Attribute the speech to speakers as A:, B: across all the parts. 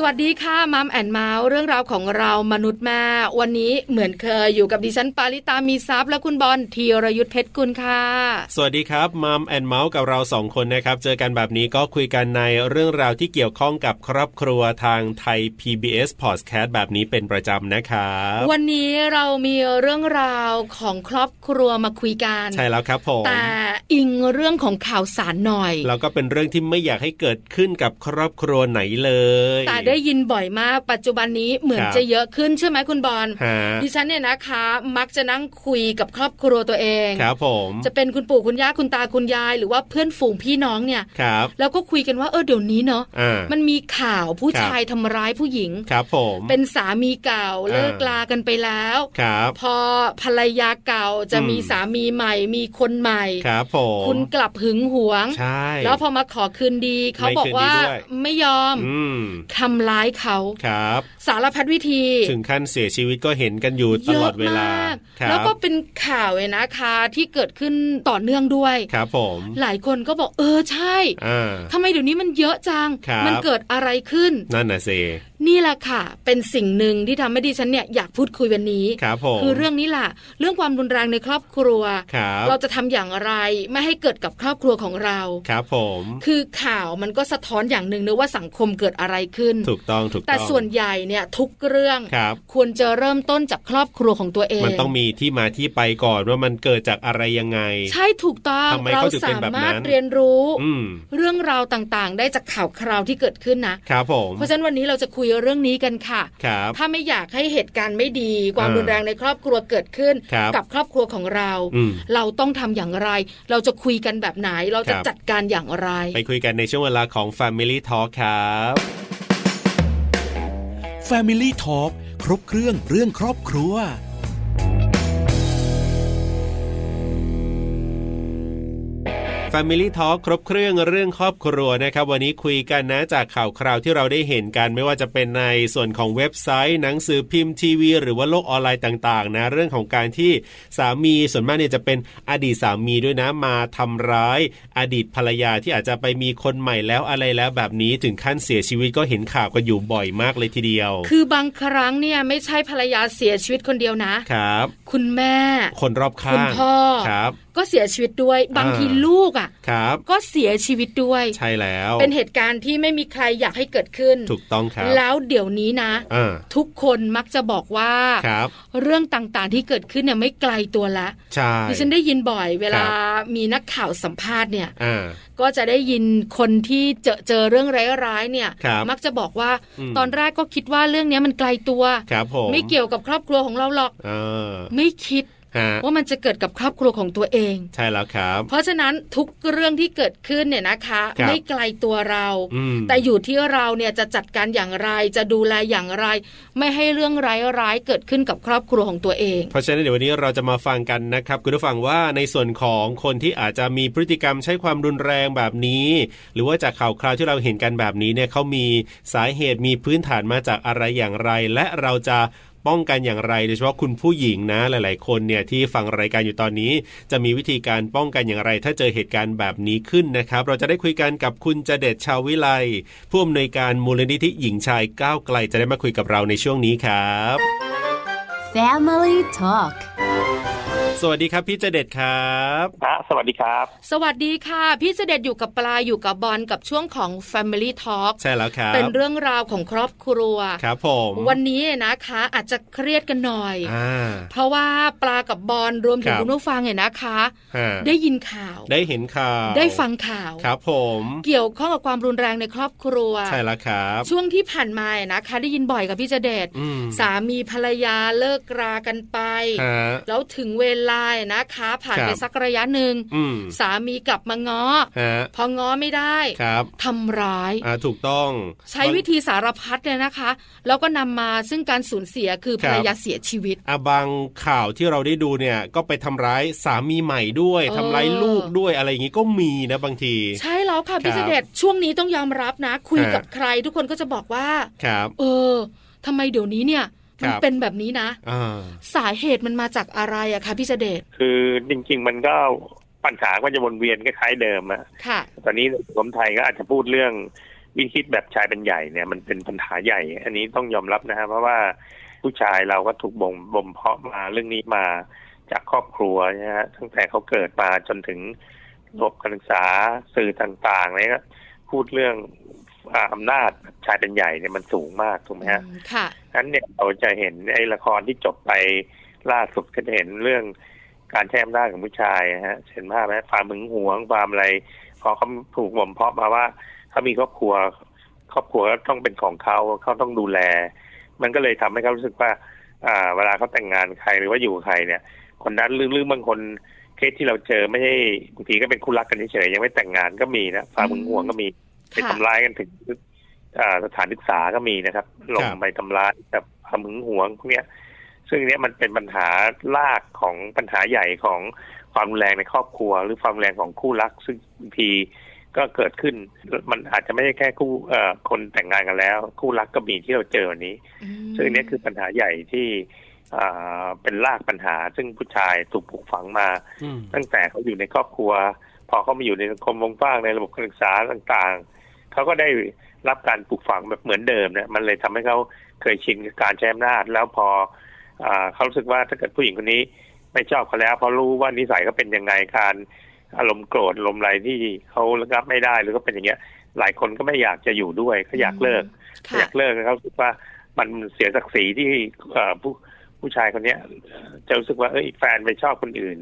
A: สวัสดีค่ะมัมแอนเมาส์เรื่องราวของเรามนุษย์แม่วันนี้เหมือนเคยอยู่กับดิฉันปาริตามีซัพย์และคุณบอลธีรยุทธเพชรกุลค่ะ
B: สวัสดีครับมัมแอนเมาส์กับเราสองคนนะครับ เจอกันแบบนี้ก็คุยกันในเรื่องราวที่เกี่ยวข้องกับครอบครัวทางไทย PBS Podcast แบบนี้เป็นประจำนะครับ
A: วันนี้เรามีเรื่องราวของครอบครัวมาคุยกัน
B: ใช่แล้วครับผม
A: แต่อิงเรื่องของข่าวสารหน่อย
B: แล้วก็เป็นเรื่องที่ไม่อยากให้เกิดขึ้นกับครอบครัวไหนเลย
A: แต่ได้ยินบ่อยมากปัจจุบันนี้เหมือน
B: ครับ
A: จะเยอะขึ้นใช่ไหมคุณบอล
B: ฮะ
A: ดิฉันเนี่ยนะคะ มักจะนั่งคุยกับครอบครัวตัวเอง
B: ครับผม
A: จะเป็นคุณปู่คุณย่าคุณตาคุณยาย หรือว่าเพื่อนฝูงพี่น้องเนี่ย
B: ครับ
A: แล้วก็คุยกันว่าเออเดี๋ยวนี้เนาะ
B: อ่า
A: มันมีข่าวผู้
B: ครับ
A: ชายทำร้ายผู้หญิง
B: ครับผม
A: เป็นสามีเก่า
B: อ่า
A: เลิกลากันไปแล้ว
B: ครับ
A: พอภรรยาเก่าจะ
B: อืม
A: มีสามีใหม่ มีคนใหม่
B: ครับผม
A: คุณกลับหึงหวง
B: ใช่
A: แล้วพอมาขอคืนดี เขาบอกว่า
B: ไม่คืนดีด้วย
A: ไม่ยอม
B: อืม
A: ทำร้ายเขา
B: ครับ
A: สารพัดวิธี
B: ถึงขั้นเสียชีวิตก็เห็นกันอยู่ต
A: เย
B: ลอ
A: อะ
B: ดเวลาม
A: าก
B: ครับ
A: แล้วก็เป็นข่าวเลยนะคะที่เกิดขึ้นต่อเนื่องด้วย
B: ครับผม
A: หลายคนก็บอกเออใช่
B: อ่า
A: ทำไมเดี๋ยวนี้มันเยอะจัง
B: ครับ
A: มันเกิดอะไรขึ้น
B: นั่นน่ะสิ
A: นี่แหละค่ะ เป็นสิ่งหนึ่งที่ทำให้ดิฉันเนี่ยอยากพูดคุยวันนี้
B: ครับผม
A: คือเรื่องนี้ล่ะ เรื่องความรุนแรงในครอบครัว
B: ครับ
A: เราจะทำอย่างไรไม่ให้เกิดกับครอบครัวของเรา
B: ครับผม
A: คือข่าวมันก็สะท้อนอย่างหนึ่งนะว่าสังคมเกิดอะไรขึ้น
B: ถูกต้องถูกต้อง
A: แต่ส่วนใหญ่เนี่ยทุกเรื่อง
B: ครับ
A: ควรจะเริ่มต้นจากครอบครัวของตัวเอง
B: มันต้องมีที่มาที่ไปก่อนว่ามันเกิดจากอะไรยังไง
A: ใช่ถูกต้อง
B: ทำไม
A: เรา
B: เขาถึงเป็
A: สาน
B: แบบนั้น
A: มารถเรียนรู้
B: อืม
A: เรื่องราวต่างๆ ได้จากข่าวคราวที่เกิดขึ้นนะ
B: ครับผม
A: เพราะฉะนั้นวันนี้เราจะคุยเรื่องนี้กันค่ะ
B: ครับ
A: ถ้าไม่อยากให้เหตุการณ์ไม่ดี ความ
B: อ่ารุ
A: รุนแรงในครอบครัวเกิดขึ้น
B: ครับ
A: กับครอบครัวของเรา
B: อืม
A: เราต้องทำอย่างไร เราจะคุยกันแบบไหน เราจะ
B: ครับ
A: จัดการอย่างไร
B: ไปคุยกันในช่วงเวลาของ Family Talk ครับ
C: Family Talk ครบเครื่องเรื่องครอบครัว
B: Family Talk ครบเครื่องเรื่องครอบครัวนะครับ วันนี้คุยกันนะจากข่าวคราวที่เราได้เห็นกันไม่ว่าจะเป็นในส่วนของเว็บไซต์ หนังสือพิมพ์ทีวี หรือว่าโลกออนไลน์ต่างๆ นะ เรื่องของการที่สามีส่วนมากเนี่ยจะเป็นอดีตสามีด้วยนะมาทำร้าย อดีตภรรยาที่อาจจะไปมีคนใหม่แล้วอะไรแล้วแบบนี้ถึงขั้นเสียชีวิตก็เห็นข่าวกันอยู่บ่อยมากเลยทีเดียว
A: คือบางครั้งเนี่ยไม่ใช่ภรรยาเสียชีวิตคนเดียวนะ
B: ครับ
A: คุณแม่
B: คนรอบข้าง
A: คุณพ่อ
B: ครับ
A: ก็เสียชีวิตด้วย บางที
B: อ่า
A: ลูกอ่ะ
B: ครับ
A: ก็เสียชีวิตด้วย
B: ใช่แล้ว
A: เป็นเหตุการณ์ที่ไม่มีใครอยากให้เกิดขึ้น
B: ถูกต้องครับ
A: แล้วเดี๋ยวนี้นะ
B: อ่า
A: ทุกคนมักจะบอกว่า
B: ครับ
A: เรื่องต่างๆที่เกิดขึ้นเนี่ยไม่ไกลตัวละ
B: ใช่
A: ดิฉันได้ยินบ่อยเวลามีนักข่าวสัมภาษณ์เนี่ย
B: อ่า
A: ก็จะได้ยินคนที่เจอเจอเรื่องร้ายๆเนี่ย
B: ครับ
A: มักจะบอกว่า
B: อืม
A: ตอนแรกก็คิดว่าเรื่องเนี้ยมันไกลตัว
B: ครับผม
A: ไม่เกี่ยวกับครอบครัวของเราหรอก
B: เออ
A: ไม่คิด
B: ฮะ
A: ว่ามันจะเกิดกับครอบครัวของตัวเอง
B: ใช่แล้วครับ
A: เพราะฉะนั้นทุกเรื่องที่เกิดขึ้นเนี่ยนะคะ
B: ครับ
A: ไม่ไกลตัวเรา
B: อืม
A: แต่อยู่ที่เราเนี่ยจะจัดการอย่างไรจะดูแลอย่างไร ไม่ให้เรื่องร้ายๆเกิดขึ้นกับครอบครัวของตัวเอง
B: เพราะฉะนั้นเดี๋ยววันนี้เราจะมาฟังกันนะครับ คุณผู้ฟังว่าในส่วนของคนที่อาจจะมีพฤติกรรมใช้ความรุนแรงแบบนี้ หรือว่าจากข่าวคราวที่เราเห็นกันแบบนี้เนี่ยเขามีสาเหตุมีพื้นฐานมาจากอะไรอย่างไร และเราจะป้องกันอย่างไรโดยเฉพาะคุณผู้หญิงนะ หลาย ๆ คนเนี่ยที่ฟังรายการอยู่ตอนนี้ จะมีวิธีการป้องกันอย่างไร ถ้าเจอเหตุการณ์แบบนี้ขึ้นนะครับ เราจะได้คุยกันกับคุณจเดชชาววิไลผู้อำนวยการมูลนิธิหญิงชายก้าวไกลจะได้มาคุยกับเราในช่วงนี้ครับ
D: Family Talk
B: สวัสดีครับพี่เจเด็ดครับ
E: นะสวัสดีครับ
A: สวัสดีค่ะ พี่เสด็จอยู่กับปลาอยู่กับบอลกับช่วงของ Family Talk
B: ใช่แล้วครับ
A: เป็นเรื่องราวของครอบครัว
B: ครับผม
A: วันนี้นะคะอาจจะเครียดกันหน่อย
B: อ่า
A: เพราะว่าปลากับบอลรวมถึง
B: ครับ
A: คุณผู้ฟังเนี่ยนะคะ
B: ฮะ
A: ได้ยินข่าว
B: ได้เห็นข่าว
A: ได้ฟังข่าว
B: ครับผม
A: เกี่ยวข้องกับความรุนแรงในครอบครัว
B: ใช่แล้วครับ
A: ช่วงที่ผ่านมาเนี่ยนะคะ ได้ยินบ่อยกับพี่เจเดช
B: อืม
A: สามีภรรยาเลิกรากันไป
B: ฮะ
A: แล้วถึงเวลาเนี่ยนะคะ ผ่านไป
B: ครับ
A: สักระยะหนึ่ง
B: อืม
A: สามีกลับมาง้อ
B: ฮะ
A: พอง้อไม่ได้
B: ครับ
A: ทำร้าย
B: อ่าถูกต้อง
A: ใช้วิธีสารพัดเลยนะคะ แล้วก็นำมาซึ่งการสูญเสียคือภรรยาเสียชีวิต
B: อ่ะบางข่าวที่เราได้ดูเนี่ย ก็ไปทำร้ายสามีใหม่ด้วย
A: เออ
B: ทำร้ายลูกด้วยอะไรอย่างงี้ก็มีนะบางที
A: ใช่แล้วค่ะพี่
B: ค
A: เส
B: รับ
A: ด็จช่วงนี้ต้องยอมรับนะ คุย
B: ฮะ
A: กับใคร ทุกคนก็จะบอกว่า
B: ครับ
A: เออทำไมเดี๋ยวนี้เนี่ยมั
B: ครับ
A: เป็นแบบนี้นะ
B: อ่า
A: สาเหตุมันมาจากอะไรอะคะพี่เสด็จ
E: คือจริงๆ มันก็ ปัญหาก็จะวนเวียนคล้ายๆเดิมอะ
A: ค่ะ
E: ตอนนี้สังคมไทยก็อาจจะพูดเรื่องวิธีคิดแบบชายเป็นใหญ่เนี่ยมันเป็นปัญหาใหญ่ อันนี้ต้องยอมรับนะฮะเพราะว่าผู้ชายเราก็ถูกบ่งบ่มเพาะมาเรื่องนี้มาจากครอบครัวนะฮะตั้งแต่เขาเกิดมาจนถึงระบบการศึกษาสื่อต่างๆเนี่ยก็พูดเรื่องอ่าอำนาจชายเป็นใหญ่เนี่ยมันสูงมากถูกไหมฮะ
A: ค่ะ
E: นั้นเนี่ยเราจะเห็นไอ้ละครที่จบไปล่าสุดก็จะเห็นเรื่องการแช่อำนาจของผู้ชายนะฮะเห็นภาพไหมความหึงหวงความอะไรพอเขาถูกบ่มเพาะมาว่าเขามีครอบครัว ครอบครัวก็ต้องเป็นของเขาเขาต้องดูแล มันก็เลยทำให้เขารู้สึกว่า อ่า เวลาเขาแต่งงานใครหรือว่าอยู่กับใครเนี่ย คนนั้นหรือหรือบางคนเคสที่เราเจอไม่ใช่บางทีก็เป็นคู่รักกันเฉยๆยังไม่แต่งงานก็มีนะความหึงหวงก็มี ไป
A: ค่ะ
E: ทำร้ายกันถึงอ่าสถานศึกษาก็มีนะครับ ลงไปทำร้ายแบบหึงหวงพวกเนี้ย ซึ่งเนี้ยมันเป็นปัญหารากของปัญหาใหญ่ของความรุนแรงในครอบครัว หรือความรุนแรงของคู่รัก ซึ่งบางทีก็เกิดขึ้น มันอาจจะไม่ใช่แค่คู่เอ่อคนแต่งงานกันแล้ว คู่รักก็มีที่เราเจอวันนี้
A: อืม
E: ซึ่งเนี้ยคือปัญหาใหญ่ที่อ่าเป็นรากปัญหา ซึ่งผู้ชายถูกปลูกฝังมา
B: อืม
E: ตั้งแต่เขาอยู่ในครอบครัว พอเขามาอยู่ในสังคมวงกว้างในระบบการศึกษาต่างๆ เขาก็ได้รับการปลูกฝังแบบเหมือนเดิมเนี่ยมันเลยทำให้เขาเคยชินกับการใช้อำนาจแล้วพออาเขารู้สึกว่าถ้าเกิดผู้หญิงคนนี้ไม่ชอบเขาแล้วเพราะรู้ว่านิสัยเขาเป็นยังไงการอารมณ์โกรธอารมณ์อะไรที่เขาระงับไม่ได้หรือก็เป็นอย่างเงี้ย หลายคนก็ไม่อยากจะอยู่ด้วยเขาอยากเลิก
A: ค่ะ
E: อยากเลิกนะครับรู้สึกว่ามันเสียศักดิ์ศรีที่เอ่อผู้ผู้ชายคนเนี้ยจะรู้สึกว่าเอ้ยแฟนไปชอบคนอื่น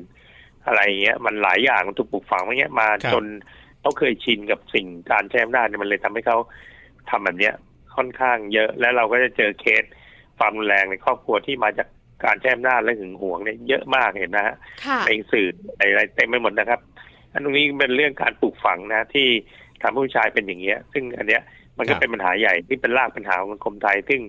E: อะไรอย่างเงี้ยมันหลายอย่างมันถูกปลูกฝังมาเงี้ยมา
B: ครับ
E: จนเขาเคยชินกับสิ่งการใช้อำนาจเนี่ยมันเลยทำให้เขาทำแบบเนี้ยค่อนข้างเยอะและเราก็จะเจอเคสความรุนแรงในครอบครัวที่มาจากการใช้อำนาจและหึงหวงเนี่ยเยอะมากเห็นนะฮะ
A: ค่ะ
E: ในสื่ออะไรเต็มไปหมดนะครับ อันตรงนี้เป็นเรื่องการปลูกฝังนะที่ทำให้ผู้ชายเป็นอย่างเงี้ย ซึ่งอันเนี้ยมันก็
B: ครับ
E: เป็นปัญหาใหญ่ที่เป็นรากปัญหาของสังคมไทย ซึ่ง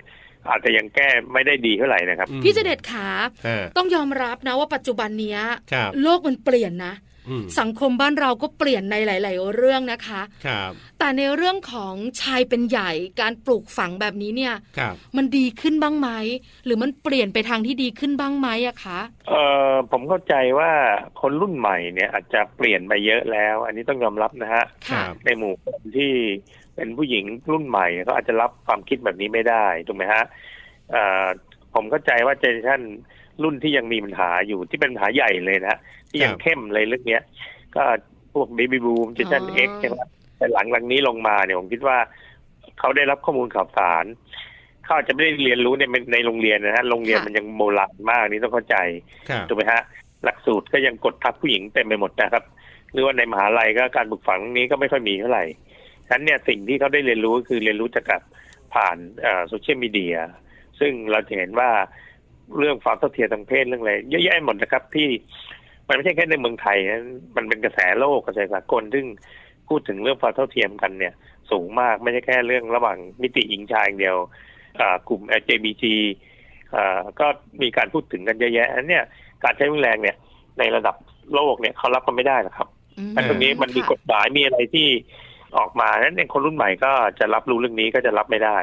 E: อาจจะยังแก้ไม่ได้ดีเท่าไหร่นะครับ
A: พี่เจเด็ดขา
B: อ่า
A: ต้องยอมรับนะว่าปัจจุบันเนี้ย
B: ครับ
A: โลกมันเปลี่ยนนะ
B: อืม
A: สังคมบ้านเราก็เปลี่ยนในหลาย ๆ เรื่องนะคะ
B: ครับ
A: แต่ในเรื่องของชายเป็นใหญ่การปลูกฝังแบบนี้เนี่ย
B: ครับ
A: มันดีขึ้นบ้างไหม หรือมันเปลี่ยนไปทางที่ดีขึ้นบ้างไหมอะคะ
E: เอ่อผมเข้าใจว่าคนรุ่นใหม่เนี่ยอาจจะเปลี่ยนไปเยอะแล้ว อันนี้ต้องยอมรับนะฮะ
B: ค
A: ค่ะ
B: รับ
E: ในหมู่คนที่เป็นผู้หญิงรุ่นใหม่เนี่ยก็อาจจะรับความคิดแบบนี้ไม่ได้ถูกไหมฮะเอ่อผมเข้าใจว่าเจเนอเรชันรุ่นที่ยังมีปัญหาอยู่ที่เป็นปัญหาใหญ่เลยนะฮะที่ยังเข้มเลยเรื่องเนี้ย ก็พวก b บ b y b บูมเจเนอเรชัน
A: อ๋อ
E: เอ็กใช่ไหมแต่หลังหลังนี้ลงมาเนี่ยผมคิดว่าเขาได้รับข้อมูลข่าวสาร เขาอาจจะไม่ได้เรียนรู้ในในโรงเรียนนะฮะโรงเรียนมันยังโบราณมากอันนี่ต้องเข้าใจ
B: ครับ
E: ถูกไหมฮะหลักสูตรก็ยังกดทับผู้หญิงเต็มไปหมดนะครับ หรือว่าในมหาลัยก็การปลูกฝังนี้ก็ไม่ค่อยมีเท่าไหร่ฉะนั้นเนี่ยสิ่งที่เขาได้เรียนรู้ก็คือเรียนรู้จากการผ่านโซเชียลมีเดียซึ่งเราจะเห็นว่าเรื่องความเท่าเทียมทางเพศเรื่องอะไรเยอะแยะหมดนะครับที่มันไม่ใช่แค่ในเมืองไทยนะมันเป็นกระแสโลกกระแสสากลซึ่งพูดถึงเรื่องความเท่าเทียมกันเนี่ย สูงมากไม่ใช่แค่เรื่องระหว่างมิติหญิงชายอย่างเดียวอ่ากลุ่ม LGBT อ่าก็มีการพูดถึงกันเยอะแยะอันเนี้ย การใช้รุนแรงเนี่ยในระดับโลกเนี่ยเขารับกันไม่ได้หรอกครับ
A: อืม
E: แต่ตรงนี้มันมีกฎหมายมีอะไรที่ออกมานั้นเองคนรุ่นใหม่ก็จะรับรู้เรื่องนี้ก็จะรับไม่ได้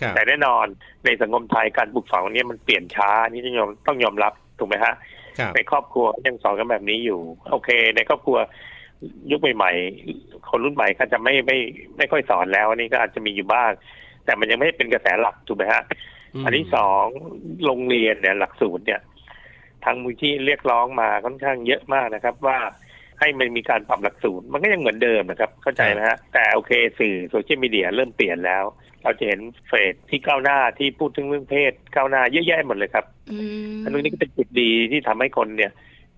B: ครับ
E: แต่แน่นอนในสังคมไทยการปลูกฝังเนี่ยมันเปลี่ยนช้าอันนี่ต้องยอมต้องยอมรับถูกไหมฮะ
B: ครับ
E: ในครอบครัวยังสอนกันแบบนี้อยู่ โอเค ในครอบครัวยุคใหม่ๆ คนรุ่นใหม่ก็จะไม่ไม่ไม่ค่อยสอนแล้วอันนี้ก็อาจจะมีอยู่บ้าง แต่มันยังไม่เป็นกระแสหลักถูกไหมฮะ
B: ม
E: อันที่สองโรงเรียนเนี่ยหลักสูตรเนี่ย ทางมูลที่เรียกร้องมาค่อนข้างเยอะมากนะครับ ว่าให้มันมีการปรับหลักสูตร มันก็ยังเหมือนเดิมนะครับ เข้าใจนะฮะแต่โอเคสื่อโซเชียลมีเดียเริ่มเปลี่ยนแล้ว เราจะเห็นเฟสที่ก้าวหน้าที่พูดถึงเรื่องเพศก้าวหน้าเยอะแยะหมดเลยครับ
A: อืม
E: อันนี้ก็เป็นจุดดีที่ทำให้คนเนี่ย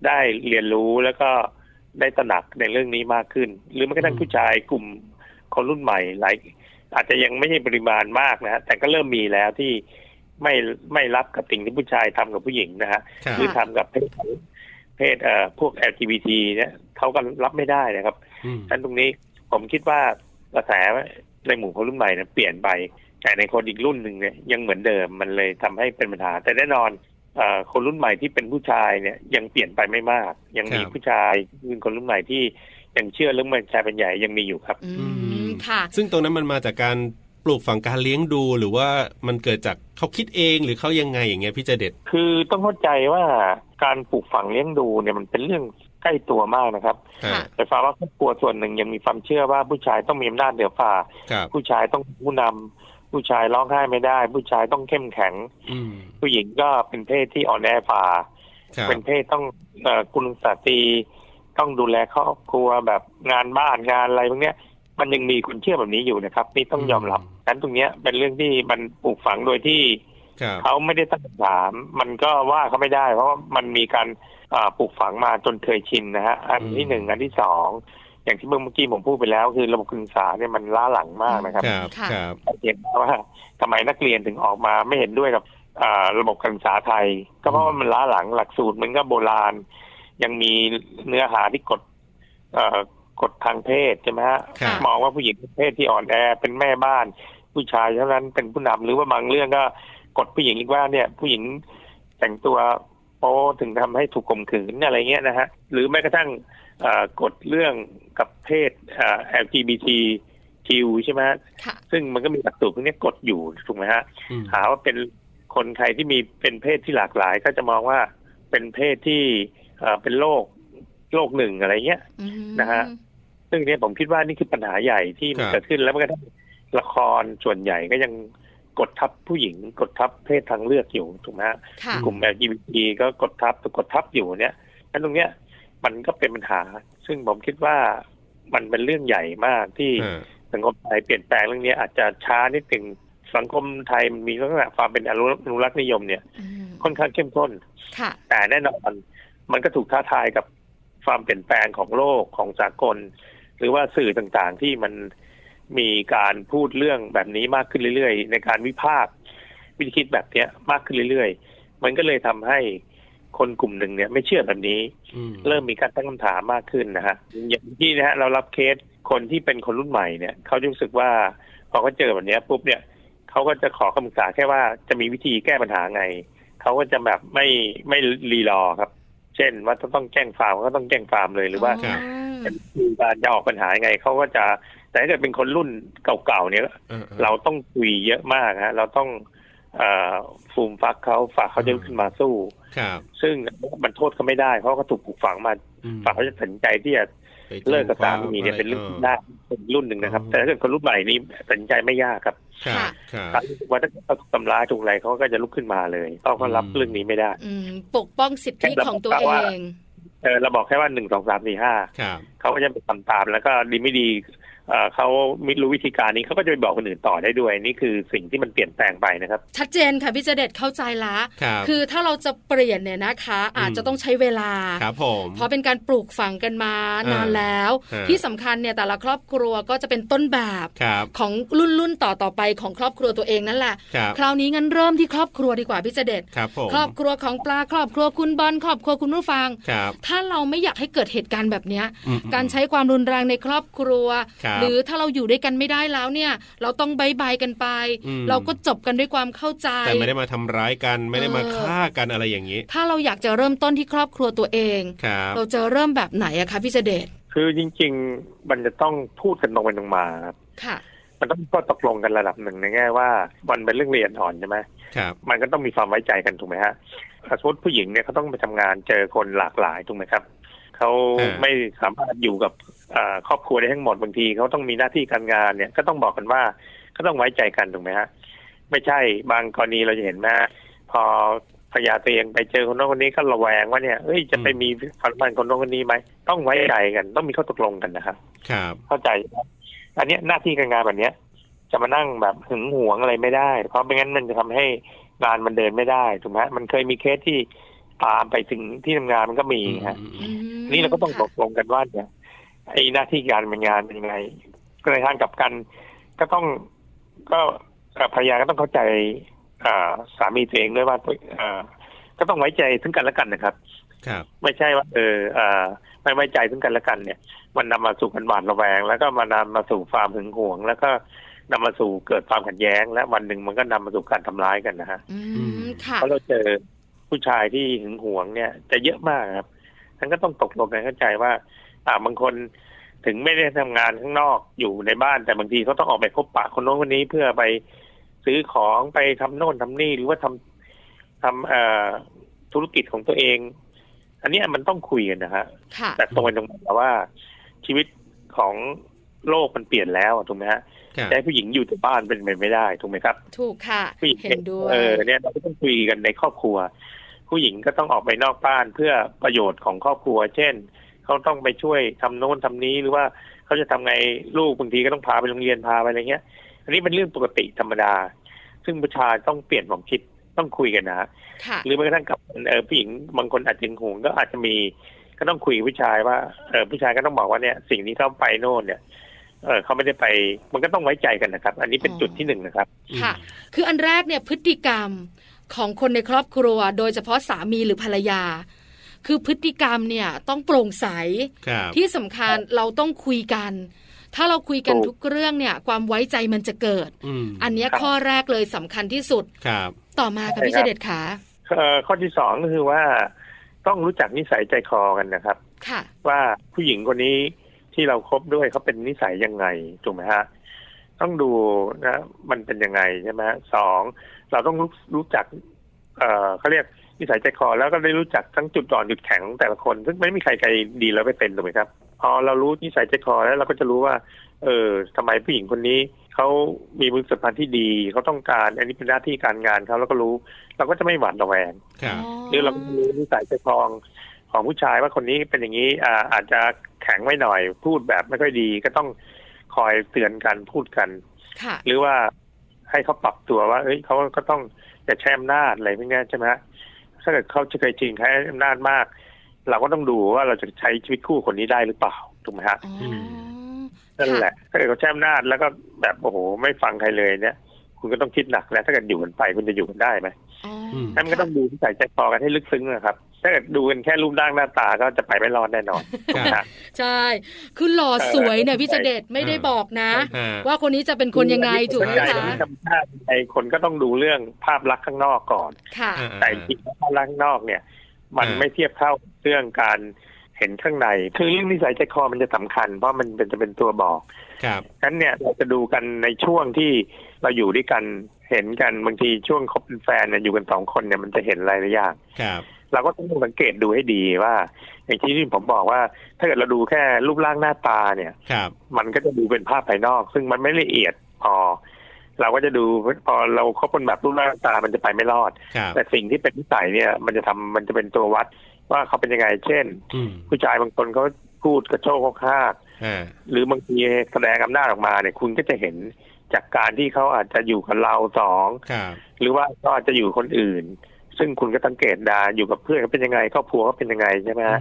E: ได้เรียนรู้แล้วก็ได้ตระหนักในเรื่องนี้มากขึ้น หรือแม้กระทั่งผู้ชายกลุ่มคนรุ่นใหม่หลายอาจจะยังไม่ใช่ปริมาณมากนะฮะแต่ก็เริ่มมีแล้วที่ไม่ไม่รับกับสิ่งที่ผู้ชายทำกับผู้หญิงนะฮะ
B: ครับ
E: หรือทำกับเพศของเพศเอ่อพวก LGBT เนี่ยเขาก็รับไม่ได้นะครับ
B: อืม
E: ฉะนั้นตรงนี้ผมคิดว่ากระแสในหมู่คนรุ่นใหม่เนี่ยเปลี่ยนไปแต่ในคนอีกรุ่นหนึ่งเนี่ยยังเหมือนเดิมมันเลยทำให้เป็นปัญหา แต่แน่นอนเออคนรุ่นใหม่ที่เป็นผู้ชายเนี่ยยังเปลี่ยนไปไม่มาก ยังมีผู้ชายคือคนรุ่นใหม่ที่ยังเชื่อเรื่องมันชายเป็นใหญ่ยังมีอยู่ครับ
A: อืมค่ะ
B: ซึ่งตรงนั้นมันมาจากการปลูกฝังการเลี้ยงดูหรือว่ามันเกิดจากเขาคิดเองหรือเขายังไงอย่างเงี้ยพี่เจเด็ด
E: คือต้องเข้าใจว่าการปลูกฝังเลี้ยงดูเนี่ยมันเป็นเรื่อง ใกล้ตัวมากนะครับ
B: อ่า
A: ค่ะ
E: แต่ฟ้าว่าครอบครัวส่วนหนึ่งยังมีความเชื่อว่าผู้ชายต้องมีอำนาจเหนือฝ่า
B: ครับ
E: ผู้ชายต้องเป็นผู้นำผู้ชายร้องไห้ไม่ได้ ผู้ชายต้องเข้มแข็ง
B: อืม
E: ผู้หญิงก็เป็นเพศที่อ่อนแอฝ่า
B: ครับ
E: เป็นเพศต้องเอ่อคุณสาตรีต้องดูแลครอบครัวแบบงานบ้านงานอะไรพวกเนี้ย มันยังมีคนเชื่อแบบนี้อยู่นะครับ นี่ต้องยอมรับฉะนั้นตรงเนี้ยเป็นเรื่องที่มันปลูกฝังโดยที่
B: ครับ
E: เขาไม่ได้ตั้งคำถาม มันก็ว่าเขาไม่ได้ เพราะว่ามันมีการอ่าปลูกฝังมาจนเคยชินนะฮะอันที่หนึ่งอันที่สองอย่างที่เมื่อกี้ผมพูดไปแล้ว คือระบบการศึกษาเนี่ยมันล้าหลังมากนะครับ
B: ครับ
A: ค่ะ
B: ครับ
E: เห็นว่าทำไมนักเรียนถึงออกมาไม่เห็นด้วยกับอ่าระบบการศึกษาไทย ก็เพราะว่ามันล้าหลังหลักสูตรมันก็โบราณ ยังมีเนื้อหาที่กดเอ่อกดทางเพศใช่ไหมฮะ
B: ครับ
E: มองว่าผู้หญิงเป็นเพศที่อ่อนแอเป็นแม่บ้าน ผู้ชายเท่านั้นเป็นผู้นำหรือว่าบางเรื่องก็กดผู้หญิงอีกว่าเนี่ย ผู้หญิงแต่งตัวโป๊ถึงทำให้ถูกข่มขืนอะไรเงี้ยนะฮะหรือแม้กระทั่งเอ่อกดเรื่องกับเพศเอ่อ LGBTQ ใช่ไหมฮะ
A: ค่ะ
E: ซึ่งมันก็มีหลักสูตรพวกนี้กดอยู่ถูกไหมฮะ
B: อืม
E: หาว่าเป็นคนไทยที่มีเป็นเพศที่หลากหลาย ก็จะมองว่าเป็นเพศที่เอ่อเป็นโรคโรคหนึ่งอะไรเงี้ย
A: อืม
E: นะฮะ ซึ่งเนี่ยผมคิดว่านี่คือปัญหาใหญ่ที่มันเกิดขึ้นแล้วมันก็ทั้งละครส่วนใหญ่ก็ยังกดทับผู้หญิง กดทับเพศทางเลือกอยู่ถูกไหมฮะ
A: ค่ะ
E: กลุ่ม LGBT ก็กดทับกดทับอยู่เนี่ยแล้วตรงเนี้ยมันก็เป็นปัญหา ซึ่งผมคิดว่ามันเป็นเรื่องใหญ่มากที่
B: อ่า
E: สังคมไทยเปลี่ยนแปลงเรื่องนี้อาจจะช้านิดหนึ่งสังคมไทยมันมีลักษณะความเป็นอนุรักษ์นิยมเนี่ย
A: อืม
E: ค่อนข้างเข้มข้น
A: ค่ะ
E: แต่แน่นอนมันก็ถูกท้าทายกับความเปลี่ยนแปลงของโลกของสากล หรือว่าสื่อต่างๆที่มันมีการพูดเรื่องแบบนี้มากขึ้นเรื่อยๆ ในการวิพากษ์วิธีคิดแบบเนี้ยมากขึ้นเรื่อยๆ มันก็เลยทำให้คนกลุ่มหนึ่งเนี่ยไม่เชื่อแบบนี้
B: อืม
E: เริ่มมีการตั้งคำถามมากขึ้นนะฮะอย่างที่นะฮะเรารับเคสคนที่เป็นคนรุ่นใหม่เนี่ยเขาจะรู้สึกว่าพอเขาเจอแบบเนี้ยปุ๊บเนี่ยเขาก็จะขอคำปรึกษาแค่ว่าจะมีวิธีแก้ปัญหาไงเขาก็จะแบบไม่ไม่รีรอครับ เช่นว่าถ้าต้องแจ้งฟาร์มก็ต้องแจ้งฟาร์มเลยหรือว่าคือการจะออกปัญหายังไงเขาก็จะแต่ถ้าเกิดเป็นคนรุ่นเก่าๆเนี่ย
B: อ่อ่
E: เราต้องคุยเยอะมากฮะเราต้องเอ่อฟูมฟักเขาฝากเขาจะลุกขึ้นมาสู้
B: ครับ
E: ซึ่งมันโทษเขาไม่ได้เพราะเขาถูกปลูกฝังมา
B: อืม
E: ฝ่ายเขาจะตัดสินใจที่จะ
B: ไป
E: เลิกกับสามี
B: แจ้งคว
E: เนี่ยเป็นรุ่น
B: อะ
E: ห
B: ไก็
E: น้าเป็นรุ่นหนึ่งนะครับ
B: อ๋อ
E: แต่ถ้าเกิดคนรุ่นใหม่นี้ตัดสินใจไม่ยากครับ
B: ครับ
A: ค่ะ
B: ครับ
E: ครับว่าถ้าเขาถูกทำร้ายถูกอะไรเขาก็จะลุกขึ้นมาเลยเพราะเขารับ
B: อืม
E: เรื่องนี้ไม่ได้
A: อืมปกป้องสิทธิของตัวเอง
E: เออเราบอกแค่ว่าหนึ่งสองสามสี่ห้า
B: ครับ
E: เขาก็จะไปทำตามแล้วก็ดีไม่ดีเอ่อเขาไม่รู้วิธีการนี้เขาก็จะไปบอกคนอื่นต่อได้ด้วยนี่คือสิ่งที่มันเปลี่ยนแปลงไปนะครับ
A: ชัดเจนค่ะพี่เจเด็ดเข้าใจละ
B: ครับ
A: คือถ้าเราจะเปลี่ยนเนี่ยนะคะ อาจจะต้องใช้เวลา
B: ครับผม
A: เพราะเป็นการปลูกฝังกันมานานแล้ว
B: อ่า
A: ที่สำคัญเนี่ยแต่ละครอบครัวก็จะเป็นต้นแบบ
B: ครับ
A: ของรุ่นรุ่นต่อต่อไปของครอบครัวตัวเองนั่นแหละ
B: ครับ
A: คราวนี้งั้นเริ่มที่ครอบครัวดีกว่าพี่เจเด็ด
B: ครับผม
A: ครอบครัวของปลาครอบครัวคุณบอลครอบครัวคุณผู้ฟัง
B: ครับ
A: ถ้าเราไม่อยากให้เกิดเหตุการณ์แบบเนี้ย
B: อืม
A: การใช้ความรุนแรงในครอบครัว
B: ครับ
A: หรือถ้าเราอยู่ด้วยกันไม่ได้แล้วเนี่ย เราต้องบายบายกันไป
B: อืม
A: เราก็จบกันด้วยความเข้าใจ
B: แต่ไม่ได้มาทำร้ายกันไม่ได้มา
A: เออ
B: ฆ่ากันอะไรอย่างนี้
A: ถ้าเราอยากจะเริ่มต้นที่ครอบครัวตัวเอง
B: ครับ
A: เราจะเริ่มแบบไหนอะคะพี่เจเดช
E: คือจริง ๆ มันจะต้องพูดกันตรงไปตรงมาครับ
A: ค่ะ
E: มันต้องมีข้อตกลงกันระดับหนึ่งในแง่ว่ามันเป็นเรื่องละเอียดอ่อนใช่ไหม
B: ครับ
E: มันก็ต้องมีความไว้ใจกันถูกไหมฮะอ่ะสมมติผู้หญิงเนี่ยเขาต้องไปทำงานเจอคนหลากหลายถูกไหมครับ เขาไม่สามารถอยู่กับอ่าครอบครัวได้ทั้งหมดบางทีเขาต้องมีหน้าที่การงานเนี่ยก็ต้องบอกกันว่าก็ต้องไว้ใจกันถูกไหมฮะไม่ใช่บางกรณีเราจะเห็นว่าพอภรรยาตัวเองไปเจอคนโน้นคนนี้ก็ระแวงว่าเนี่ยเอ้ยจะไปมีความสัมพันธ์คนโน้นคนนี้ไหมต้องไว้ใจกัน ต้องมีข้อตกลงกันนะครับ
B: ครับ
E: เข้าใจครับอันเนี้ยหน้าที่การงานแบบเนี้ย จะมานั่งแบบหึงหวงอะไรไม่ได้ เพราะไม่งั้นมันจะทำให้งานมันเดินไม่ได้ถูกไหมมันเคยมีเคสที่ตามไปถึงที่ทำงานมันก็มีฮะ
B: อืม
A: อืม
E: นี่เราก็ต้องต
A: ค่ะ
E: กลงกันว่าเนี่ยไอ้หน้าที่การเป็นงานเป็นยังไงในทางกลับกัน ก็ต้องก็เอ่อภรรยาก็ต้องเข้าใจอ่าสามีตัวเองด้วยว่าเอ่อก็ต้องไว้ใจซึ่งกันและกันนะครับ
B: ครับ
E: ไม่ใช่ว่าเออเออไม่ไว้ใจซึ่งกันและกันเนี่ย มันนำมาสู่กันหวาดระแวง แล้วก็มานำมาสู่ความหึงหวง แล้วก็นำมาสู่เกิดความขัดแย้ง และวันหนึ่งมันก็นำมาสู่การทำร้ายกันนะฮะ
A: อืมค่ะ
E: เพราะเราเจอผู้ชายที่หึงหวงเนี่ย จะเยอะมากครับทั้นก็ต้องตกลงกันเข้าใจว่า อ่าบางคนถึงไม่ได้ทำงานข้างนอกอยู่ในบ้าน แต่บางทีเขาต้องออกไปพบปะคนโน้นคนนี้เพื่อไปซื้อของไปทำโน่นทำนี่หรือว่าทำทำเอ่อธุรกิจของตัวเอง อันเนี้ยมันต้องคุยกันนะฮะ
A: ค่ะ
E: แต่ตรงไปตรงมาว่า ชีวิตของโลกมันเปลี่ยนแล้วอะถูกไหมฮะ
B: ครับ
E: แต่ให้ผู้หญิงอยู่แต่บ้านเป็นไปไม่ได้ถูกไหมครับ
A: ถูกค่ะ
E: ผู้ญิง
A: เห็นด้วย
E: เออเนี่ยเราก็ต้องคุยกันในครอบครัว ผู้หญิงก็ต้องออกไปนอกบ้านเพื่อประโยชน์ของครอบครัว เช่น เขาต้องไปช่วยทำโน้นทำนี้หรือว่าเขาจะทำไงลูกบางทีก็ต้องพาไปโรงเรียนพาไปอะไรเงี้ย อันนี้เป็นเรื่องปกติธรรมดา ซึ่งประชายต้องเปลี่ยนความคิดต้องคุยกันนะฮะ
A: ค่ะ
E: หรือแม้กระทั่งกับเออผู้หญิงบางคนอาจจะหึงหวงก็อาจจะมีก็ต้องคุยกับผู้ชายว่าเออผู้ชายก็ต้องบอกว่าเนี่ยสิ่งนี้เขาไปโน่นเนี่ยเออเขาไม่ได้ไปมันก็ต้องไว้ใจกันนะครับ อันนี้เป็น
A: อ๋อ
E: จุดที่หนึ่งนะครับ
A: ค่ะ คืออันแรกเนี่ยพฤติกรรมของคนในครอบครัว โดยเฉพาะสามีหรือภรรยา คือพฤติกรรมเนี่ยต้องโปร่งใส
B: ครับ
A: ที่สำคัญเราต้องคุยกัน ถ้าเราคุยกัน
E: ถูก
A: ทุกเรื่องเนี่ยความไว้ใจมันจะเกิด
B: อืม
A: อันเนี้ย
E: ครับ
A: ข้อแรกเลยสำคัญที่สุด
B: ครับ
A: ต่อมาค่ะพี่
E: ใช่
A: เจ
E: ครับ
A: เด็ดขา
E: เอ่อข้อที่สองก็คือว่าต้องรู้จักนิสัยใจคอกันนะครับ
A: ค่ะ
E: ว่าผู้หญิงคนนี้ที่เราคบด้วยเขาเป็นนิสัยยังไงถูกไหมฮะต้องดูนะมันเป็นยังไงใช่ไหมฮะสองเราต้องรู้รู้จัก เอ่อเขาเรียกนิสัยใจคอแล้วก็ได้รู้จักทั้งจุดอ่อนจุดแข็งของแต่ละคน ซึ่งไม่มีใครใครดีแล้วไปเป็นถูกไหมครับพอเรารู้นิสัยใจคอแล้วเราก็จะรู้ว่า เออทำไมผู้หญิงคนนี้เขามีมือสัมพันธ์ที่ดีเขาต้องการ อันนี้เป็นหน้าที่การงานเขาแล้วก็รู้ เราก็จะไม่หวาดระแวง
B: ครับ
E: หรือเราก็รู้นิสัยใจคอของของผู้ชายว่าคนนี้เป็นอย่างนี้อ่าอาจจะแข็งไว้หน่อย พูดแบบไม่ค่อยดีก็ต้องคอยเตือนกันพูดกัน
A: ค่ะ
E: หรือว่าให้เขาปรับตัวว่าเอ้ยเขาก็ต้องอย่าแช่อำนาจอะไรพวกเนี้ยใช่ไหมฮะถ้าเกิดเขาจะเคยจริงใช้อำนาจมาก เราก็ต้องดูว่าเราจะใช้ชีวิตคู่คนนี้ได้หรือเปล่าถูกไหมฮะ
A: อ๋ออ
B: ม
E: นั่นแหละถ้าเกิดเขาแช่อำนาจแล้วก็แบบโอ้โหไม่ฟังใครเลยเนี่ย คุณก็ต้องคิดหนักแล้วถ้าเกิดอยู่กันไปคุณจะอยู่กันได้ไหม
A: อ๋อ
E: นั่นก็ต้องดูที่ใส่ใจคอกันให้ลึกซึ้งนะครับ ถ้าเกิดดูกันแค่รูปร่างหน้าตาก็จะไปไม่รอดแน่นอน
B: ครับ
E: นะฮะ
A: ใช่ คือหล่อสวยเนี่ยพี่เจเด็ดไม่ได้บอกนะ
B: อ่า
A: ว่าคนนี้จะเป็นคนยังไงถูกไหม
E: ใจ
A: คะ
E: ธรรมชาติไอคนก็ต้องดูเรื่องภาพลักษณ์ข้างนอกก่อน
A: ค่ะ
B: อ่า
E: แต่จริงๆภาพลักษณ์ข้างนอกเนี่ย มัน
B: อ่า
E: ไม่เทียบเท่าเรื่องการเห็นข้างใน คือเรื่องนิสัยใจคอมันจะสำคัญ เพราะมันเป็นจะเป็นตัวบอก
B: ครับ
E: งั้นเนี่ยเราจะดูกันในช่วงที่เราอยู่ด้วยกันเห็นกันบางทีช่วงคบเป็นแฟนเนี่ยอยู่กันสองคนเนี่ยมันจะเห็นรายละเอียดอย่าง
B: ครับ
E: เราก็ต้องสังเกตดูให้ดีว่า อย่างที่ผมบอกว่า ถ้าเกิดเราดูแค่รูปร่างหน้าตาเนี่ย
B: ครับ
E: มันก็จะดูเป็นภาพภายนอก ซึ่งมันไม่ละเอียดพอเราก็จะดูพอเราคบคนแบบรูปร่างหน้าตามันจะไปไม่รอด
B: ครับ
E: แต่สิ่งที่เป็นนิสัยเนี่ย มันจะทำมันจะเป็นตัววัดว่าเขาเป็นยังไง เช่น
B: อืม
E: ผู้ชายบางคนเขาพูดกระโชกโคกฮาก
B: อ่า
E: หรือบางทีแสดงอำนาจออกมาเนี่ย คุณก็จะเห็นจากการที่เขาอาจจะอยู่กับเราสอง
B: ครับ
E: หรือว่าก็อาจจะอยู่คนอื่น ซึ่งคุณก็สังเกตดาอยู่กับเพื่อนเขาเป็นยังไงครอบครัวเขาเป็นยังไงใช่ไหมฮะ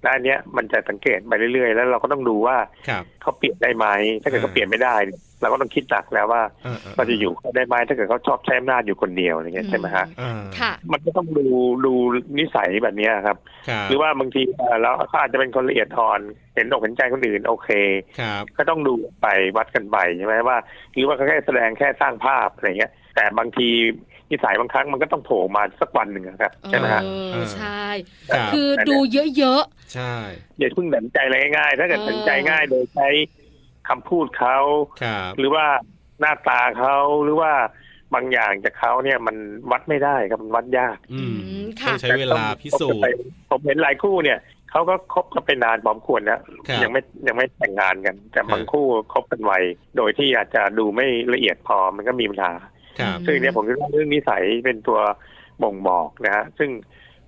E: และอันเนี้ยมันจะสังเกตไปเรื่อยๆ แล้วเราก็ต้องดูว่า
B: ครับ
E: เขาเปลี่ยนได้ไหมถ้าเกิดเขาเปลี่ยนไม่ได้เนี่ยเราก็ต้องคิดหนักแล้วว่า
B: อ่า
E: เราจะอยู่เขาได้ไหมถ้าเกิดเขาชอบใช้อำนาจอยู่คนเดียวอะไรเงี้ยใช่ไหมฮะ
B: อ่า
A: ค่ะ
E: มันก็ต้องดูดูนิสัยแบบเนี้ยครับ
B: ครับ
E: หรือว่าบางทีเอ่อเราเขาอาจจะเป็นคนละเอียดอ่อนเห็นอกเห็นใจคนอื่นโอเค
B: ครับ
E: ก็ต้องดูไปวัดกันไปใช่ไหมว่า หรือว่าเขาแค่แสดงแค่สร้างภาพอะไรเงี้ย แต่บางทีนิสัยบางครั้งมันก็ต้องโผล่มาสักวันหนึ่งนะครับใช่ไหมฮะ
A: เออ
B: เออ
A: ใช่
B: ครับ
A: คือดูเยอะ
B: ใช่
E: อย่าเพิ่งตัดสินใจอะไรง่ายๆถ้าเกิด
A: เออ
E: ตัดสินใจง่ายโดยใช้คำพูดเขา
B: ครับ
E: หรือว่าหน้าตาเขาหรือว่าบางอย่างจากเขาเนี่ยมันวัดไม่ได้ครับมันวัดยาก
B: อืม
A: อืมค่ะ
B: ต้องใช้เวลาพิสูจน์
E: ผมเห็นหลายคู่เนี่ยเขาก็คบกันไปนานพอสมควรนะ
B: รับ
E: ยังไม่ยังไม่แต่งงานกัน แต่บาง
B: ครับ
E: คู่คบกันไวโดยที่อาจจะดูไม่ละเอียดพอมันก็มีปัญหา
B: ครับ
A: อืม
E: ซึ่งเนี่ยผมคิดว่าเรื่องนิสัยเป็นตัวบ่งบอกนะฮะซึ่ง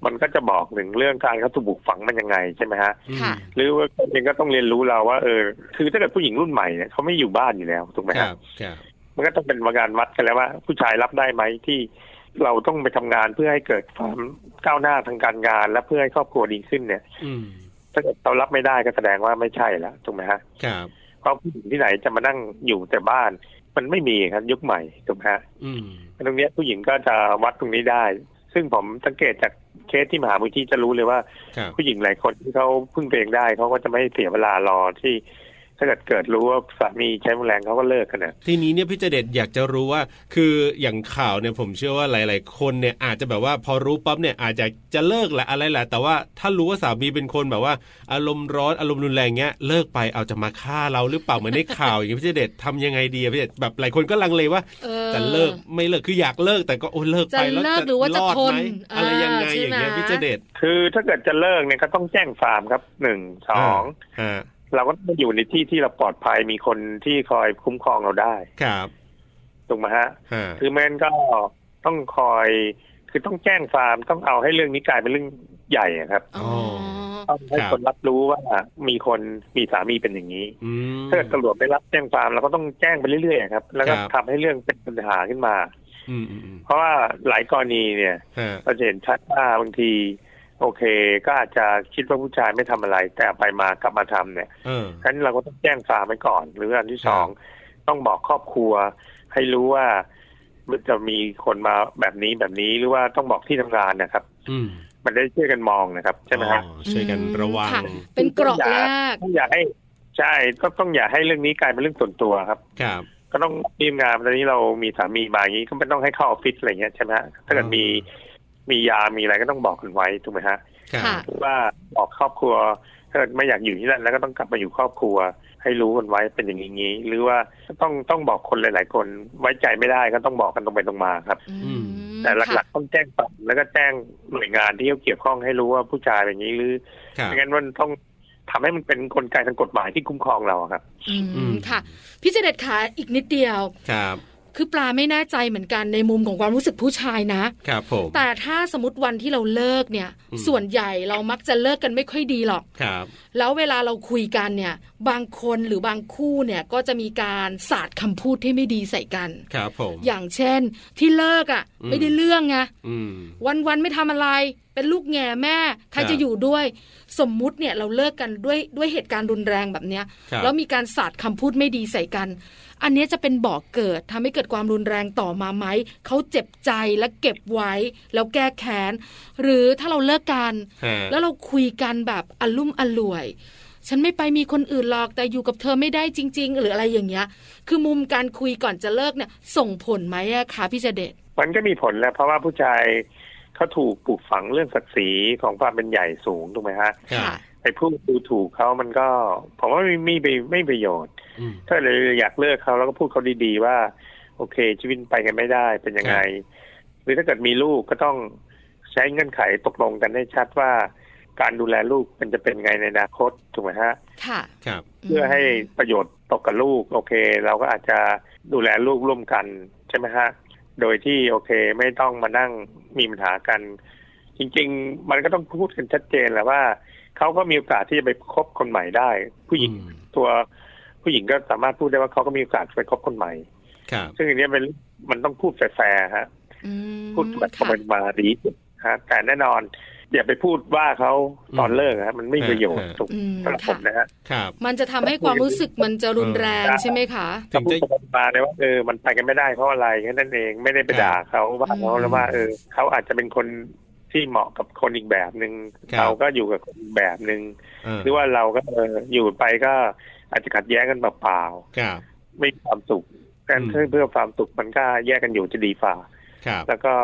E: มันก็จะบอกถึงเรื่องการเขาถูกปลูกฝังมันยังไงใช่ไหมฮะ
B: อืม
A: ค่ะ
E: หรือว่าคนเองก็ต้องเรียนรู้เราว่าเออคือถ้าเกิดผู้หญิงรุ่นใหม่เนี่ยเขาไม่อยู่บ้านอยู่แล้วถูกไหม
B: ค
E: ค
B: รั
E: รับบ
B: ครับ
E: มันก็ต้องเป็นประการวัดกันแล้วว่า ผู้ชายรับได้ไหมที่เราต้องไปทำงานเพื่อให้เกิดความก้าวหน้าทางการงาน และเพื่อให้ครอบครัวดีขึ้นเนี่ย
B: อืม
E: ถ้าเกิดเรารับไม่ได้ก็แสดงว่าไม่ใช่แล้วถูกไหมฮะ
B: ครับ
E: เพราะผู้หญิงที่ไหนจะมานั่งอยู่แต่บ้าน มันไม่มีครับยุคใหม่ถูกไหมฮะ
B: อืม
E: ตรงเนี้ยผู้หญิงก็จะวัดตรงนี้ได้ ซึ่งผมสังเกตจากเคสที่มหาวิทยาลัยจะรู้เลยว่า
B: ครับ
E: ผู้หญิงหลายคนที่เขาพึ่งตัวเองได้เขาก็จะไม่เสียเวลารอที่ ถ้าเกิดเกิดรู้ว่าสามีใช้รุนแรงเขาก็เลิกกันนะ
B: ทีนี้เนี่ยพี่เจเดชอยากจะรู้ว่า คืออย่างข่าวเนี่ยผมเชื่อว่าหลาย ๆ คนเนี่ยอาจจะแบบว่าพอรู้ปั๊บเนี่ยอาจจะจะเลิกแหละอะไรแหละแต่ว่าถ้ารู้ว่าสามีเป็นคนแบบว่า อารมณ์ร้อนอารมณ์รุนแรงเงี้ยเลิกไปเอาจะมาฆ่าเราหรือเปล่าเหมือนในข่าวอย่างเงี้ยพี่เจเดชทำยังไงดีอะพี่เจเดชแบบหลายคนก็ลังเลว่า
A: เออ
B: จะเลิกไม่เลิกคืออยากเลิกแต่ก็โอ้เลิกไป
A: จะ
B: แล้ว
A: เลิกหรือว่าจะ
B: อด
A: ทน
B: ไหมอะไรยังไง
A: อ่าใช่
B: อย่างเงี้ย
A: ไหม
B: พี่เจเดช
E: คือถ้าเกิดจะเลิกเนี่ยก็ต้องแจ้งฟาร์มครับหนึ่งสอง
B: อ่า
E: เราก็ต้องอยู่ในที่ที่เราปลอดภัยมีคนที่คอยคุ้มครองเราได้
B: ครับ
E: ถูกไหมฮะ
B: อ่า
E: คือแม่งั้นก็ต้องคอย คือต้องแจ้งฟาร์มต้องเอาให้เรื่องนี้กลายเป็นเรื่องใหญ่อะครับ
A: อ๋อ
E: ต้องให้คนรับรู้ว่ามีคนมีสามีเป็นอย่างนี้
B: อืม
E: ถ้าเกิดตำรวจไม่รับแจ้งความเราก็ต้องแจ้งไปเรื่อยๆครับ แล้วก็
B: ครับ
E: ทำให้เรื่องเป็นปัญหาขึ้นมา
B: อืมอืมอืม
E: เพราะว่าหลายกรณีเนี่ย
B: ฮะ
E: เราจะเห็นชัดว่าบางที โอเค ก็อาจจะคิดว่าผู้ชายไม่ทำอะไร แต่ไปมากลับมาทำเนี่ย
B: เออ
E: ฉะนั้นเราก็ต้องแจ้งความไว้ก่อน หรืออันที่สอง
B: ครั
E: ต้องบอกครอบครัว ให้รู้ว่ามันจะมีคนมาแบบนี้แบบนี้หรือว่าต้องบอกที่ทำงานนะครับ
B: อืม
E: มันได้ช่วยกันมองนะครับใช่ไหมครับ
B: อ๋อช่วยกันระวัง
A: ค่เป็นเกราะแรก
E: ต้องอย่าให้ใช่ก็ต้องอย่าให้เรื่องนี้กลายเป็นเรื่องส่วนตัวครับ
B: ครับ
E: ก็ต้องทีมงานตอนนี้เรามีสามีมาอย่างนี้ก็ไม่ต้องให้เข้าออฟฟิศอะไรเงี้ยใช่ไหมฮะถ้าเกิด
B: อ่ามี
E: มีมียามีอะไรก็ต้องบอกกันไว้ถูกไหมฮะ
B: ครับ
A: ค่ะ
E: ว่าบอกครอบครัวถ้าเกิดไม่อยากอยู่ที่นั่นแล้วก็ต้องกลับมาอยู่ครอบครัว ให้รู้กันไว้เป็นอย่างนี้ หรือว่าต้องต้องบอกคนหลาย ๆ คนไว้ใจไม่ได้ก็ต้องบอกกันตรงไปตรงมาครับ
A: อืม
E: แต่หลั
A: ค่ะ
E: กๆต้องแจ้งฝั่งแล้วก็แจ้งหน่วยงานที่เกี่ยวข้องให้รู้ว่าผู้ชายแบบนี้หรือ
B: ครับ
E: ไม่งั้นมันต้องทำให้มันเป็นนกลไกทางกฎหมายที่คุ้มครองเราอะครับ
A: อื
B: อื
A: ม
B: ม
A: ค่ะ พี่เจเด็ดขาอีกนิดเดียว
B: ครับ
A: คือปลาไม่แน่ใจเหมือนกันในมุมของความรู้สึกผู้ชายนะ
B: ครับผม
A: แต่ถ้าสมมติวันที่เราเลิกเนี่ย
B: อืม
A: ส่วนใหญ่เรามักจะเลิกกันไม่ค่อยดีหรอก
B: ครับ
A: แล้วเวลาเราคุยกันเนี่ย บางคนหรือบางคู่เนี่ยก็จะมีการสาดคำพูดที่ไม่ดีใส่กัน
B: ครับผม
A: อย่างเช่น ที่เลิกอ่ะ
B: อืม
A: ไม่ได้เรื่องไง
B: อืม
A: วันวันๆไม่ทำอะไร เป็นลูกแง่แม่ ใคร
B: ครับ
A: จะอยู่ด้วย สมมุติเนี่ยเราเลิกกันด้วยด้วยเหตุการณ์รุนแรงแบบเนี้ย
B: ครับ
A: แล้วมีการสาดคำพูดไม่ดีใส่กัน อันเนี้ยจะเป็นบ่อกเกิดทำให้เกิดความรุนแรงต่อมาไหม เขาเจ็บใจและเก็บไว้ แล้วแก้แค้น หรือถ้าเราเลิกกัน
B: ฮะ
A: แล้วเราคุยกันแบบอลุ่มอล่วย ฉันไม่ไปมีคนอื่นหรอก แต่อยู่กับเธอไม่ได้จริง ๆ หรืออะไรอย่างเงี้ย คือมุมการคุยก่อนจะเลิกเนี่ย ส่งผลไหมอะคะพี่เจเดช
E: มันก็มีผลแหล้วเพราะว่าผู้ชายเขาถูกปลูกฝังเรื่องศักดิ์ศรีของความเป็นใหญ่สูงถูกไหมฮะ
B: ครับ
E: ไปพูดดูถูกเขามันก็ผมว่าไม่ไม่ไม่ไม่ประโยชน์
B: อืม
E: ถ้าเราอยากเลิกเขาเราก็พูดเขาดีๆว่า โอเค ชีวิตไปกันไม่ได้เป็นยังไง หรือถ้าเกิดมีลูกก็ต้องใช้เงื่อนไขตกลงกันให้ชัดว่า การดูแลลูกมันจะเป็นไงในอนาคตถูกไหมฮะ
A: ค่ะ
B: ครับ
E: เพื่อให้ประโยชน์ตกกับลูก โอเค เราก็อาจจะดูแลลูกร่วมกันใช่ไหมฮะ โดยที่โอเคไม่ต้องมานั่งมีปัญหากัน จริง ๆ มันก็ต้องพูดกันชัดเจนแหละว่าเขาก็มีโอกาสที่จะไปคบคนใหม่ได้ ผู้หญิง
B: อืม
E: ตัวผู้หญิงก็สามารถพูดได้ว่าเขาก็มีโอกาสไปคบคนใหม่
B: ครับ
E: ซึ่งอันเนี้ยมันมันต้องพูดแฟร์ๆฮะ
A: อืม
E: พูดแบบธร
A: ค่ะ
E: รมดาดีที่สุดฮะแต่แน่นอนอย่าไปพูดว่าเขาตอนเลิกฮะมันไม่มีประโยชน์
B: ฮะ
E: ถูก
A: อืม
E: สำหรับผ
A: ค่ะ
E: มนะฮะ
B: ครับ
A: มันจะทำให้ความรู้สึกมันจะรุนแรงใช่ไหมคะ
B: ถึง
E: พูด
B: จะ
E: กับปลาเลยว่าเออมันไปกันไม่ได้เพราะอะไรแค่นั้นเองไม่ได้ไป
B: ครับ
E: ด่าเขาว่าเขา
A: อืม
E: แล้วว่าเออเขาอาจจะเป็นคนที่เหมาะกับคนอีกแบบหนึ่ง
B: ครับ
E: เราก็อยู่กับคนอีกแบบหนึ่ง
B: เห
E: รือว่าเราก็เอออยู่ไปก็อาจจะขัดแย้งกันเปล่า
B: ครับ
E: ๆไม่มีความสุขการ
B: อืม
E: เพื่อความสุขมันก็แยกกันอยู่จะดีฝ่า
B: ครับ
E: แล้วก็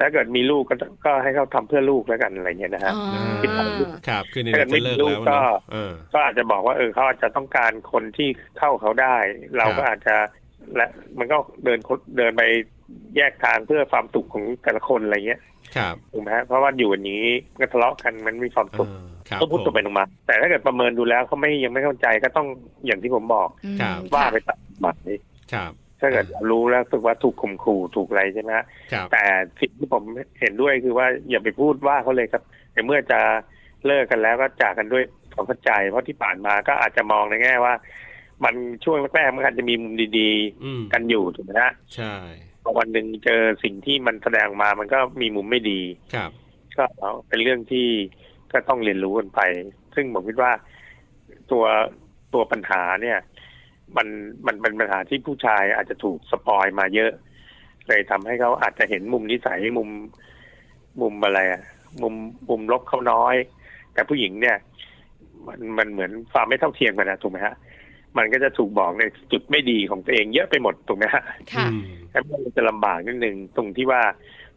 E: ถ้าเกิดมีลูกก็ก็ให้เขาทำเพื่อลูกแล้วกันอะไรเงี้ยนะฮะ
A: อ๋อ
B: ครับ คือใน
E: ถ้าเกิ
B: เรื่อ
E: ด
B: งจะเลิก
E: ไม่มีลู
B: แล้
E: ก
B: ว
E: ก็
B: เนาะเออ
E: ก็อาจจะบอกว่าเออเขาอาจจะต้องการคนที่เข้าเขาได้ เรา
B: ครับ
E: ก็อาจจะและมันก็เดินคนเดินไปแยกทางเพื่อความสุขของแต่ละคนอะไรเงี้ย
B: ครับ
E: ถูกไหมฮะเพราะว่าอยู่อย่างนี้มันก็ทะเลาะกันมันไม่มีความสุข
B: เออครับ
E: ต้องพูดตรงไปตรงมา แต่ถ้าเกิดประเมินดูแล้วเขาไม่ยังไม่เข้าใจก็ต้องอย่างที่ผมบอก
A: อืม
E: ว่า
A: ค่ะ
E: ไปตัดบัตรนี้
B: ครับ
E: ถ้าเกิดรู้แล้วรู้สึกว่าถูกข่มขู่ถูกอะไรใช่ไหมฮะ
B: ครับ
E: แต่สิ่งที่ผมเห็นด้วยคือว่าอย่าไปพูดว่าเขาเลยครับในเมื่อจะเลิกกันแล้วก็จากกันด้วยความเข้าใจ เพราะที่ผ่านมาก็อาจจะมองในแง่ว่า มันช่วงแรกๆมันอาจจะมีมุมดี
B: อืม
E: ๆ กันอยู่ถูกไหมฮะ
B: ใช่
E: พอวันหนึ่งเจอสิ่งที่มันแสดงมามันก็มีมุมไม่ดี
B: ครับ
E: ก็เป็นเรื่องที่ก็ต้องเรียนรู้กันไป ซึ่งผมคิดว่าตัวตัวปัญหาเนี่ย มันมันเป็นปัญหาที่ผู้ชายอาจจะถูกสปอยมาเยอะ เลยทำให้เขาอาจจะเห็นมุมนิสัยมุมมุมอะไรอะมุมมุมลบเขาน้อย แต่ผู้หญิงเนี่ย มันมันเหมือนความไม่เท่าเทียมกันนะถูกไหมฮะ มันก็จะถูกบอกในจุดไม่ดีของตัวเองเยอะไปหมดถูกไหมฮะ
A: ค่ะ
B: อืม
E: แอปเปิลจะลำบากนิดนึงตรงที่ว่า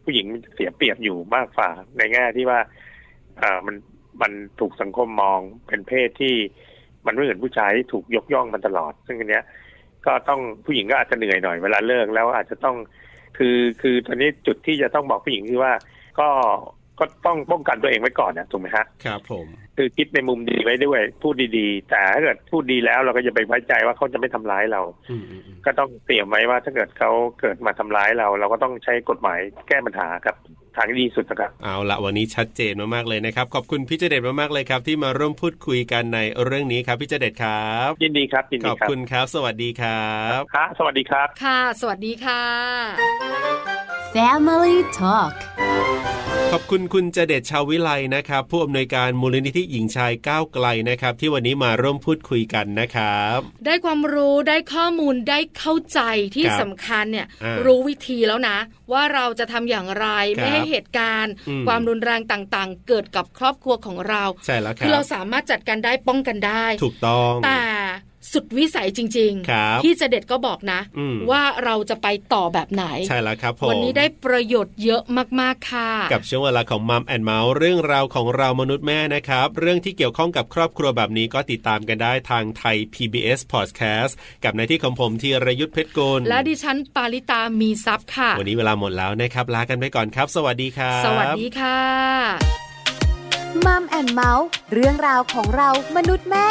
E: ผู้หญิงเสียเปรียบอยู่มากฝ่าในแง่ที่ว่าอ่ามันมันถูกสังคมมองเป็นเพศที่มันไม่เหมือนผู้ชายที่ถูกยกย่องมาตลอด ซึ่งอันเนี้ย ก็ต้องผู้หญิงก็อาจจะเหนื่อยหน่อยเวลาเลิกแล้วอาจจะต้อง คือคือตอนนี้จุดที่จะต้องบอกผู้หญิงคือว่า ก็ก็ต้องป้องกันตัวเองไว้ก่อนนะถูกไหมฮะ
B: ครับผม
E: คือคิดในมุมดีไว้ด้วยพูดดีๆ แต่ถ้าเกิดพูดดีแล้วเราก็จะไปไว้ใจว่าเขาจะไม่ทำร้ายเรา
B: อืมอืมอืม
E: ก็ต้องเตรียมไว้ว่าถ้าเกิดเขาเกิดมาทำร้ายเรา เราก็ต้องใช้กฎหมายแก้ปัญหาครับทางที่ดีสุดนะครับ
B: เอาละวันนี้ชัดเจนมากๆเลยนะครับ ขอบคุณพี่เจเดตมากๆเลยครับ ที่มาร่วมพูดคุยกันในเรื่องนี้ครับพี่เจเดตครับ
E: ยินดีครับยิน
B: ข
E: ดี
B: อบ
E: ครับ
B: คุณครับ สวัสดีครับ
E: ครับสวัสดีครับ
A: ค่ะ สวัสดีค่ะ
D: Family Talk
B: ขอบคุณคุณเจเดชชาววิไลนะครับ ผู้อำนวยการมูลนิธิหญิงชายก้าวไกลนะครับ ที่วันนี้มาร่วมพูดคุยกันนะครับ
A: ได้ความรู้ได้ข้อมูลได้เข้าใจที่
B: ครับ
A: สำคัญเนี่ย
B: อ่ารู้
A: รู้วิธีแล้วนะ ว่าเราจะทำอย่างไร
B: ครับ
A: ไม่ให้เหตุการณ์
B: อืม
A: ความรุนแรงต่างๆ เกิดกับครอบครัวของเรา
B: ใช่แล้วค
A: อ
B: รั
A: เรา
B: บ
A: สามารถจัดการได้ป้องกันได้
B: ถูกต้อง
A: แต่สุดวิสัยจริง
B: ครับ
A: ที่จะเด็ดก็บอกนะ
B: อืม
A: ว่าเราจะไปต่อแบบไหน
B: ใช่แล้วครับผม
A: วันี้ได้ประโยชน์เยอะมากๆค่ะ
B: กับช่วงเวลาของมัมแอนเมาส์เรื่องราวของเรามนุษย์แม่นะครับ เรื่องที่เกี่ยวข้องกับครอบครัวแบบนี้ก็ติดตามกันได้ทางไทย PBS Podcast กับในที่ของผมธีรยุทธเพชรกุล
A: และดิฉันปาริตามีซัพ์ค่ะ
B: วันนี้เวลาหมดแล้วนะครับลากันไปก่อนครับ สวัสดีครับ
A: สวัสดีค่ะ
D: มัมแอนเมาส์เรื่องราวของเรามนุษย์แม่